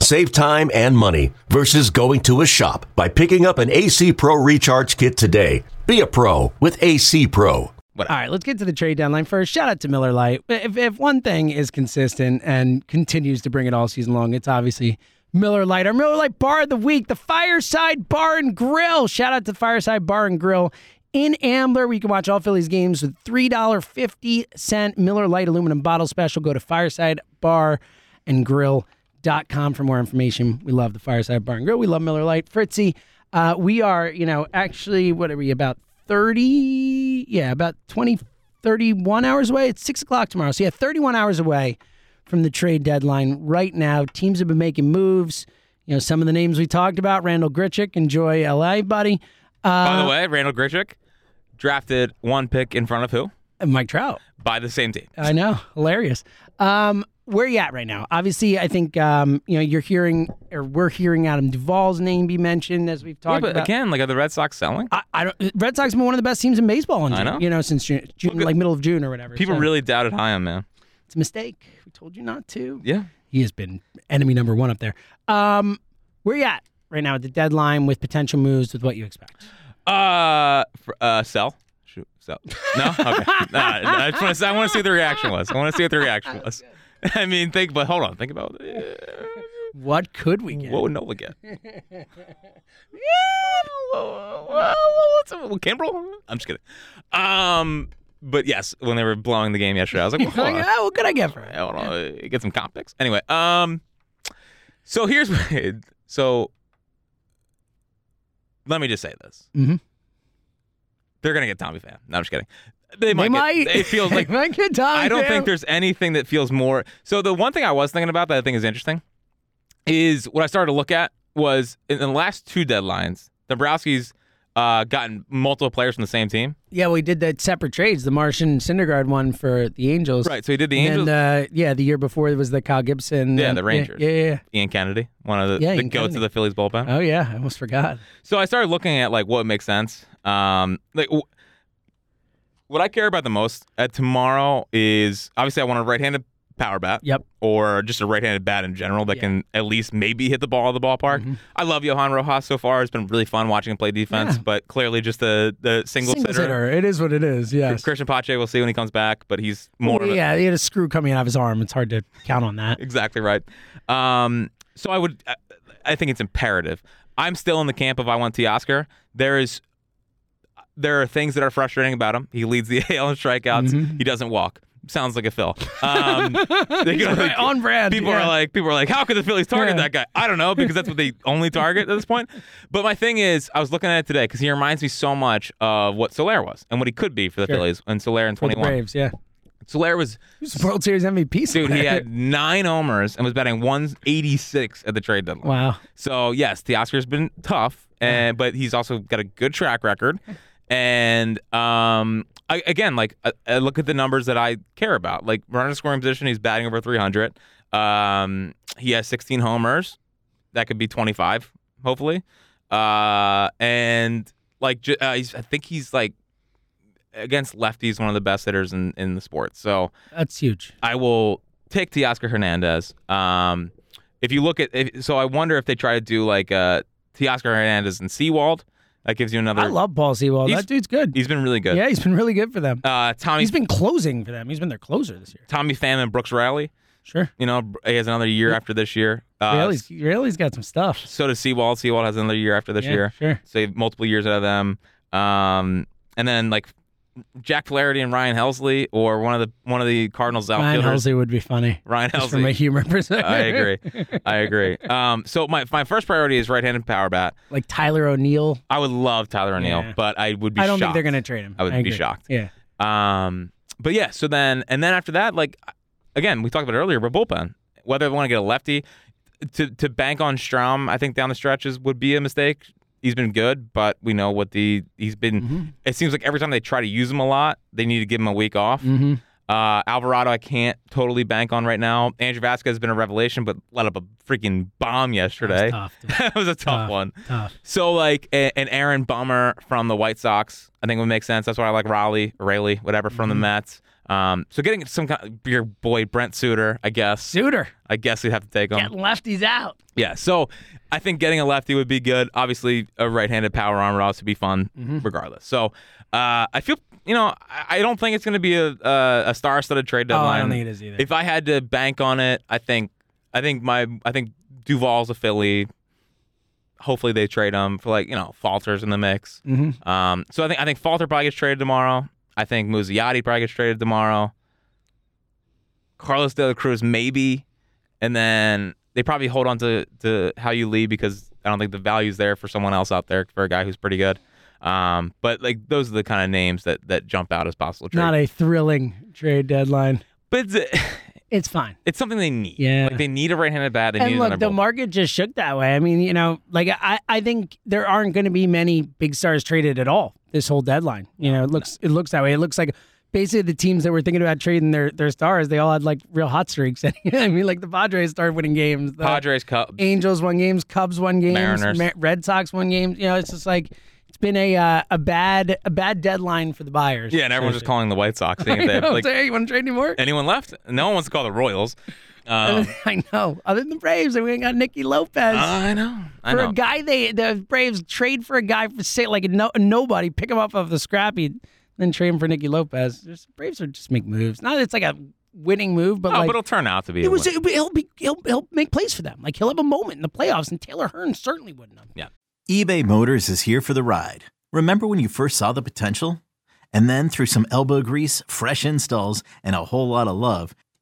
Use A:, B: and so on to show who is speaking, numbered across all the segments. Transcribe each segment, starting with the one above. A: Save time and money versus going to a shop by picking up an AC Pro Recharge Kit today. Be a pro with AC Pro.
B: All right, let's get to the trade deadline first. Shout out to Miller Lite. If, if one thing is consistent and continues to bring it all season long, it's obviously Miller Lite. Our Miller Lite Bar of the Week, the Fireside Bar and Grill. Shout out to Fireside Bar and Grill in Ambler, where you can watch all Phillies games with $3.50 Miller Lite aluminum bottle special. Go to firesidebarandgrill.com for more information. We love the Fireside Bar and Grill. We love Miller Lite. Fritzy, uh, we are, you know, actually, what are we, about 30 yeah about 20 31 hours away it's 6 o'clock tomorrow so yeah 31 hours away from the trade deadline right now teams have been making moves you know some of the names we talked about randall gritchick enjoy la buddy
C: By the way, Randall Grichuk drafted one pick in front of who?
B: and mike trout
C: By the same team.
B: I know, hilarious. Um, where you at right now? Obviously, I think um, you know you're hearing or we're hearing Adam Duvall's name be mentioned as we've
C: Yeah,
B: talked
C: but
B: about.
C: again, like are the Red Sox selling?
B: I, I don't. Red Sox have been one of the best teams in baseball in
C: I
B: June.
C: know.
B: You know, since June, June like middle of June or whatever.
C: People
B: So
C: really doubted Hyam, man.
B: it's a mistake. We told you not to.
C: Yeah.
B: He has been enemy number one up there. Um, where you at right now at the deadline with potential moves with what you expect?
C: Uh, fr- uh, sell. Shoot, sell. No, okay. Nah, I just want to. I want to see what the reaction was. I want to see what the reaction was. I mean, think, but hold on, think about uh,
B: What could we get?
C: what would Nola get? yeah, well, well, what's well, Kimbrel? I'm just kidding. Um, but yes, when they were blowing the game yesterday, I was like, well,
B: Like,
C: hold on.
B: ah, what could I get for
C: Yeah,
B: it?
C: Hold on, uh, get some comp picks. Anyway, um, so here's what, so let me just say this.
B: Mhm.
C: They're gonna get Tommy Pham. No, I'm just kidding. They,
B: They
C: might.
B: might.
C: Get, it feels like
B: they might get Tommy
C: I don't
B: Pham.
C: think there's anything that feels more. So the one thing I was thinking about that I think is interesting is what I started to look at was in the last two deadlines, Dombrowski's uh, gotten multiple players from the same team.
B: Yeah, we did the separate trades, the Martian Syndergaard one for the Angels.
C: Right. So he did the
B: and
C: Angels.
B: Then, uh, yeah, the year before it was the Kyle Gibson.
C: Yeah,
B: and-
C: the Rangers.
B: Yeah, yeah,
C: Ian Kennedy, one of the,
B: Yeah,
C: the
B: Ian
C: goats
B: Kennedy.
C: of the Phillies bullpen.
B: yeah. Oh yeah, I almost forgot.
C: So I started looking at like what makes sense. Um, like w- what I care about the most at tomorrow is obviously I want a right-handed power bat.
B: Yep.
C: Or just a right-handed bat in general that
B: Yeah. Mm-hmm.
C: can at least maybe hit the ball of the ballpark. I love Johan Rojas so far. It's been really fun watching him play defense,
B: Yeah.
C: but clearly just the the single, sitter.
B: It is what it is. Yes. Oh,
C: Christian Pache, we'll see when he comes back, but he's more of a,
B: yeah, he had a screw coming out of his arm. It's hard to count on that.
C: exactly right. Um, so I would, I, I think it's imperative. I'm still in the camp of I want T. Oscar. There is,
B: Mm-hmm.
C: there are things that are frustrating about him. He leads the AL in strikeouts. He doesn't walk. sounds like a Phil. Um, they go,
B: Right, on brand.
C: people
B: yeah.
C: are like people are like how could the phillies target
B: Yeah.
C: that guy i don't know because that's what they only target at this point but my thing is i was looking at it today because he reminds me so much of what solaire was and what he could be for the
B: Sure.
C: phillies and solaire in
B: For the
C: 21
B: Braves. Yeah,
C: solaire was
B: he was World Series MVP.
C: dude he had nine homers and was batting 186 at the trade deadline
B: wow.
C: so yes the oscar's been tough and but he's also got a good track record and um I, again like I, I look at the numbers that i care about like runner in scoring position he's batting over 300 um he has 16 homers that could be 25 hopefully uh and like ju- uh, he's, i think he's like against lefties one of the best hitters in in the sport so
B: That's huge.
C: I will take Teoscar Hernandez. Um, if you look at, if, so I wonder if they try to do like uh, Teoscar Hernandez and Seawald. That gives you another.
B: I love Paul Sewell.
C: He's-
B: That dude's good.
C: he's been really good.
B: Yeah, he's been really good for them.
C: Uh, Tommy
B: He's been closing for them. He's been their closer this year.
C: Tommy Pham and Brooks Riley.
B: Sure.
C: You know, he has another year after this year. Uh,
B: Raley's, Raley's got some stuff.
C: So does Seawald. Seawald has another year after this
B: Yeah,
C: year.
B: Sure.
C: So you have multiple years out of them. Um, and then like Jack Flaherty and Ryan Helsley, or one of the one of the Cardinals
B: Ryan
C: outfielders.
B: Halsey would be funny.
C: Ryan
B: Just from a
C: Helsley.
B: humor perspective.
C: I agree. I agree. Um, so my my first priority is right-handed power bat.
B: like Tyler O'Neill.
C: I would love Tyler O'Neill,
B: Yeah.
C: but I would be.
B: I don't think
C: shocked.
B: they're going to trade him.
C: I would be
B: agree.
C: shocked.
B: Yeah.
C: Um, but yeah. So then, and then after that, like again, we talked about it earlier, but bullpen. Whether they want to get a lefty to to bank on Strom, I think down the stretches would be a mistake. He's been good, but we know what the he's been.
B: Mm-hmm.
C: It seems like every time they try to use him a lot, they need to give him a week off.
B: Mm-hmm.
C: Uh, Alvarado, I can't totally bank on right now. Andrew Vasquez has been a revelation, but let up a freaking bomb yesterday.
B: Tough, dude.
C: That was a tough
B: Tough.
C: one.
B: tough.
C: So like a, an Aaron Bummer from the White Sox, I think would make sense. That's why I like Raleigh, Raleigh, whatever from
B: Mm-hmm.
C: the Mets. Um, so getting some kind your boy Brent Suter, I guess.
B: Suter,
C: I guess we'd have to take him.
B: get lefties out.
C: Yeah. So I think getting a lefty would be good. Obviously, a right-handed power arm would also be fun,
B: Mm-hmm.
C: regardless. So uh, I feel you know I, I don't think it's going to be a a, a star-studded trade
B: Oh,
C: deadline.
B: I don't think it is either.
C: If I had to bank on it, I think I think my I think Duval's a Philly. Hopefully they trade him for like you know Falter's in the mix.
B: mm-hmm.
C: Um, so I think I think Falter probably gets traded tomorrow. I think Muziati probably gets traded tomorrow. Carlos de la Cruz maybe, and then they probably hold on to to how you lead because I don't think the value's there for someone else out there for a guy who's pretty good. Um, but like those are the kind of names that that jump out as possible trades.
B: Not a thrilling trade deadline.
C: but it's,
B: It's fine.
C: it's something they need.
B: Yeah.
C: like they need a right-handed bat. They need
B: and look,
C: another
B: the
C: bull-
B: market just shook that way. I mean, you know, like I, I think there aren't going to be many big stars traded at all this whole deadline. You know, it looks it looks that way. It looks like basically the teams that were thinking about trading their their stars, they all had like real hot streaks. I mean, like the Padres started winning games. The
C: Padres Cup.
B: Angels won games, Cubs won games,
C: Mariners.
B: Ma- Red Sox won games. You know, it's just like it's been a uh, a bad a bad deadline for the buyers.
C: Yeah, and everyone's just calling the White Sox. Seeing if
B: You
C: they have,
B: know,
C: like,
B: say, hey, you want to trade anymore?
C: anyone left? No one wants to call the Royals. Um, Ah,
B: I know. Other than the Braves, and we ain't got Nicky Lopez.
C: I know. I
B: for
C: know.
B: a guy they the Braves trade for a guy for say like no nobody pick him up off the scrappy, then trade him for Nicky Lopez. There's, Braves are just make moves. Not that it's like a winning move, but
C: oh,
B: like
C: but it'll turn out to be. a
B: it was.
C: win.
B: It, he'll be he'll he'll make plays for them. Like he'll have a moment in the playoffs, and Taylor Hearn certainly wouldn't have.
D: eBay Motors is here for the ride. Remember when you first saw the potential? And then through some elbow grease, fresh installs, and a whole lot of love,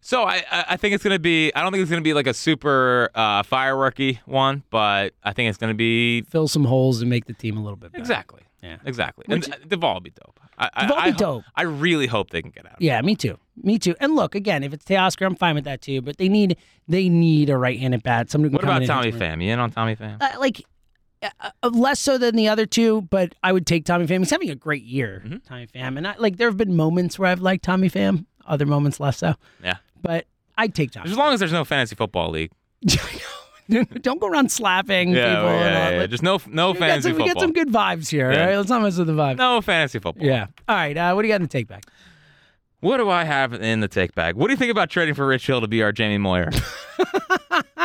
C: So I I I think it's gonna be I don't think it's gonna be like a super uh, fireworky one, but I think it's gonna be
B: Fill some holes and make the team a little bit better.
C: exactly.
B: Yeah.
C: Exactly. and uh, Duvall will be dope. I, I-
B: Duvall will
C: I,
B: be
C: ho-
B: dope.
C: I really hope they can get out. of it.
B: Yeah, me too. Me too. And look, again, if it's Teoscar, I'm fine with that too. But they need they need a right-handed bat. Somebody who
C: What
B: can come in
C: about
B: and
C: Tommy
B: hit
C: Pham? You in on Tommy Pham?
B: uh, like uh, uh, less so than the other two, but I would take Tommy Pham. He's having a great year,
C: Mm-hmm.
B: Tommy Pham, and I, like there have been moments where I've liked Tommy Pham, other moments less so.
C: Yeah.
B: But I'd take Tommy.
C: As long as there's no fantasy football league.
B: Pham. Don't go around slapping people. and all. Like,
C: Just no no
B: we, got
C: fantasy
B: some, we
C: football.
B: got some good vibes here.
C: Yeah.
B: All right, let's not mess with the vibe.
C: no fantasy football.
B: Yeah. All right. Uh, what do you got in the take back?
C: What do I have in the take bag? What do you think about trading for Rich Hill to be our Jamie Moyer?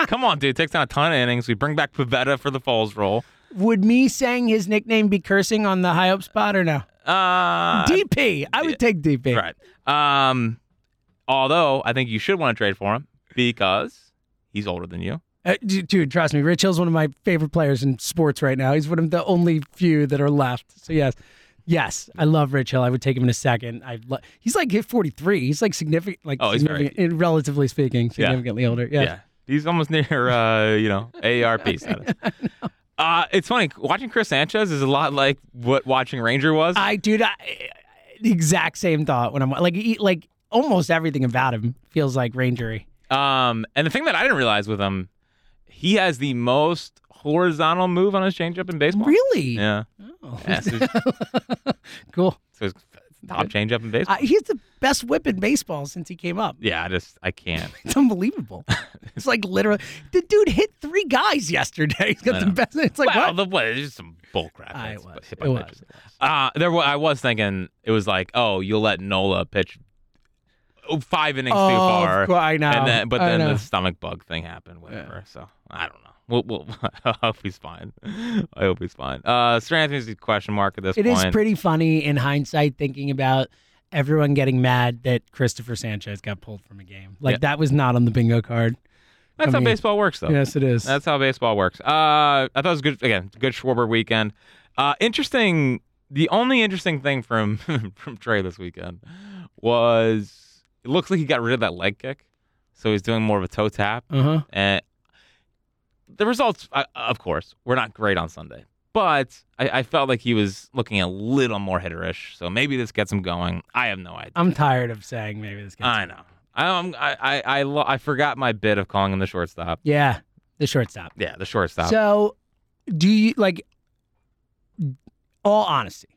C: Come on, dude. Takes down a ton of innings. We bring back Pavetta for the Falls role.
B: Would me saying his nickname be cursing on the high up spot or no?
C: Uh,
B: DP. I would take DP.
C: Right. Um, although I think you should want to trade for him because he's older than you.
B: Uh, d- dude, trust me. Rich Hill's one of my favorite players in sports right now. He's one of the only few that are left. So yes, yes, I love Rich Hill. I would take him in a second. I lo- he's like hit 43. He's like significant, like
C: Oh, he's very-
B: significant, in- relatively speaking, significantly older. Yeah.
C: He's almost near, uh, you know, AARP status. Uh, it's funny. Watching Chris Sanchez is a lot like what watching Ranger was.
B: I dude, I, I- the exact same thought when I'm like, he, like almost everything about him feels like Rangery.
C: Um, and the thing that I didn't realize with him, he has the most horizontal move on his changeup in baseball.
B: Really?
C: Yeah.
B: Oh.
C: Yeah, so he's-
B: cool.
C: so he's top changeup in baseball.
B: Uh, he's the best whip in baseball since he came up.
C: yeah, I just I can't.
B: It's unbelievable. it's like literally, the dude hit three guys yesterday. He's got the best. It's like
C: well,
B: what?
C: the what? It's just some bull crap.
B: Ah, it
C: It's
B: was.
C: hit
B: It
C: by
B: was.
C: pitches. Uh, there. wa- I was thinking it was like, oh, you'll let Nola pitch oh, five innings too
B: Oh, of
C: far.
B: course, I know.
C: And then, but
B: I
C: then
B: know.
C: the stomach bug thing happened. Whatever. So I don't know. We'll, we'll, I hope he's fine. I hope he's fine. Uh, Sir Anthony's a question mark at this
B: It
C: point.
B: is pretty funny in hindsight thinking about everyone getting mad that Christopher Sanchez got pulled from a game. Like
C: Yeah.
B: that was not on the bingo card.
C: That's
B: I
C: how
B: mean,
C: baseball works, though.
B: Yes, it is.
C: That's how baseball works. Uh, I thought it was good again. Good Schwarber weekend. Uh, interesting. The only interesting thing from from Trey this weekend was it looks like he got rid of that leg kick, so he's doing more of a toe tap.
B: uh huh.
C: And the results, uh, of course, were not great on Sunday, but I, I felt like he was looking a little more hitterish. So maybe this gets him going. I have no idea.
B: I'm tired of saying maybe this guy's
C: I know. I um, I I I, lo- I forgot my bit of calling him the shortstop.
B: Yeah, the shortstop.
C: Yeah, the shortstop.
B: So, do you like? All honesty,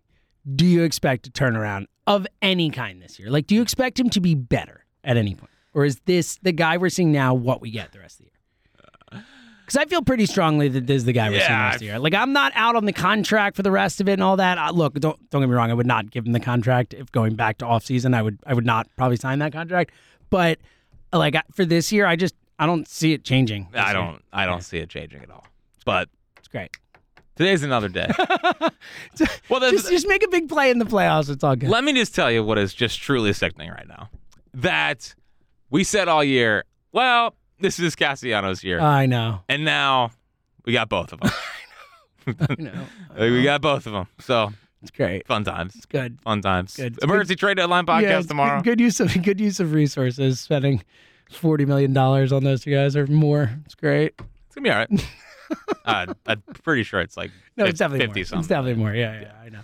B: do you expect a turnaround of any kind this year? Like, do you expect him to be better at any point, or is this the guy we're seeing now what we get the rest of the year? Because I feel pretty strongly that this is the guy we're seeing the
C: Yeah,
B: rest of the year. Like, I'm not out on the contract for the rest of it and all that. I, look, don't don't get me wrong. I would not give him the contract if going back to offseason, I would I would not probably sign that contract. But like I- for this year, I just I don't see it changing. this
C: I
B: year.
C: don't I don't see it changing at all. But
B: It's great.
C: today's another day. well, the,
B: just, just make a big play in the playoffs. It's all good.
C: let me just tell you what is just truly sickening right now. That we said all year, well, this is Castellanos' year.
B: I know.
C: and now we got both of them.
B: I know.
C: we got both of them. So
B: It's great.
C: fun times.
B: It's good.
C: Fun times.
B: Good. It's
C: Emergency trade deadline podcast
B: Yeah, it's
C: tomorrow.
B: Good, good use of good use of resources. Spending forty million dollars on those two guys or more. It's great.
C: It's going to be all right. uh, I'm pretty sure it's like
B: No, it's definitely
C: 50
B: more.
C: something.
B: It's definitely more. Yeah, yeah, I know.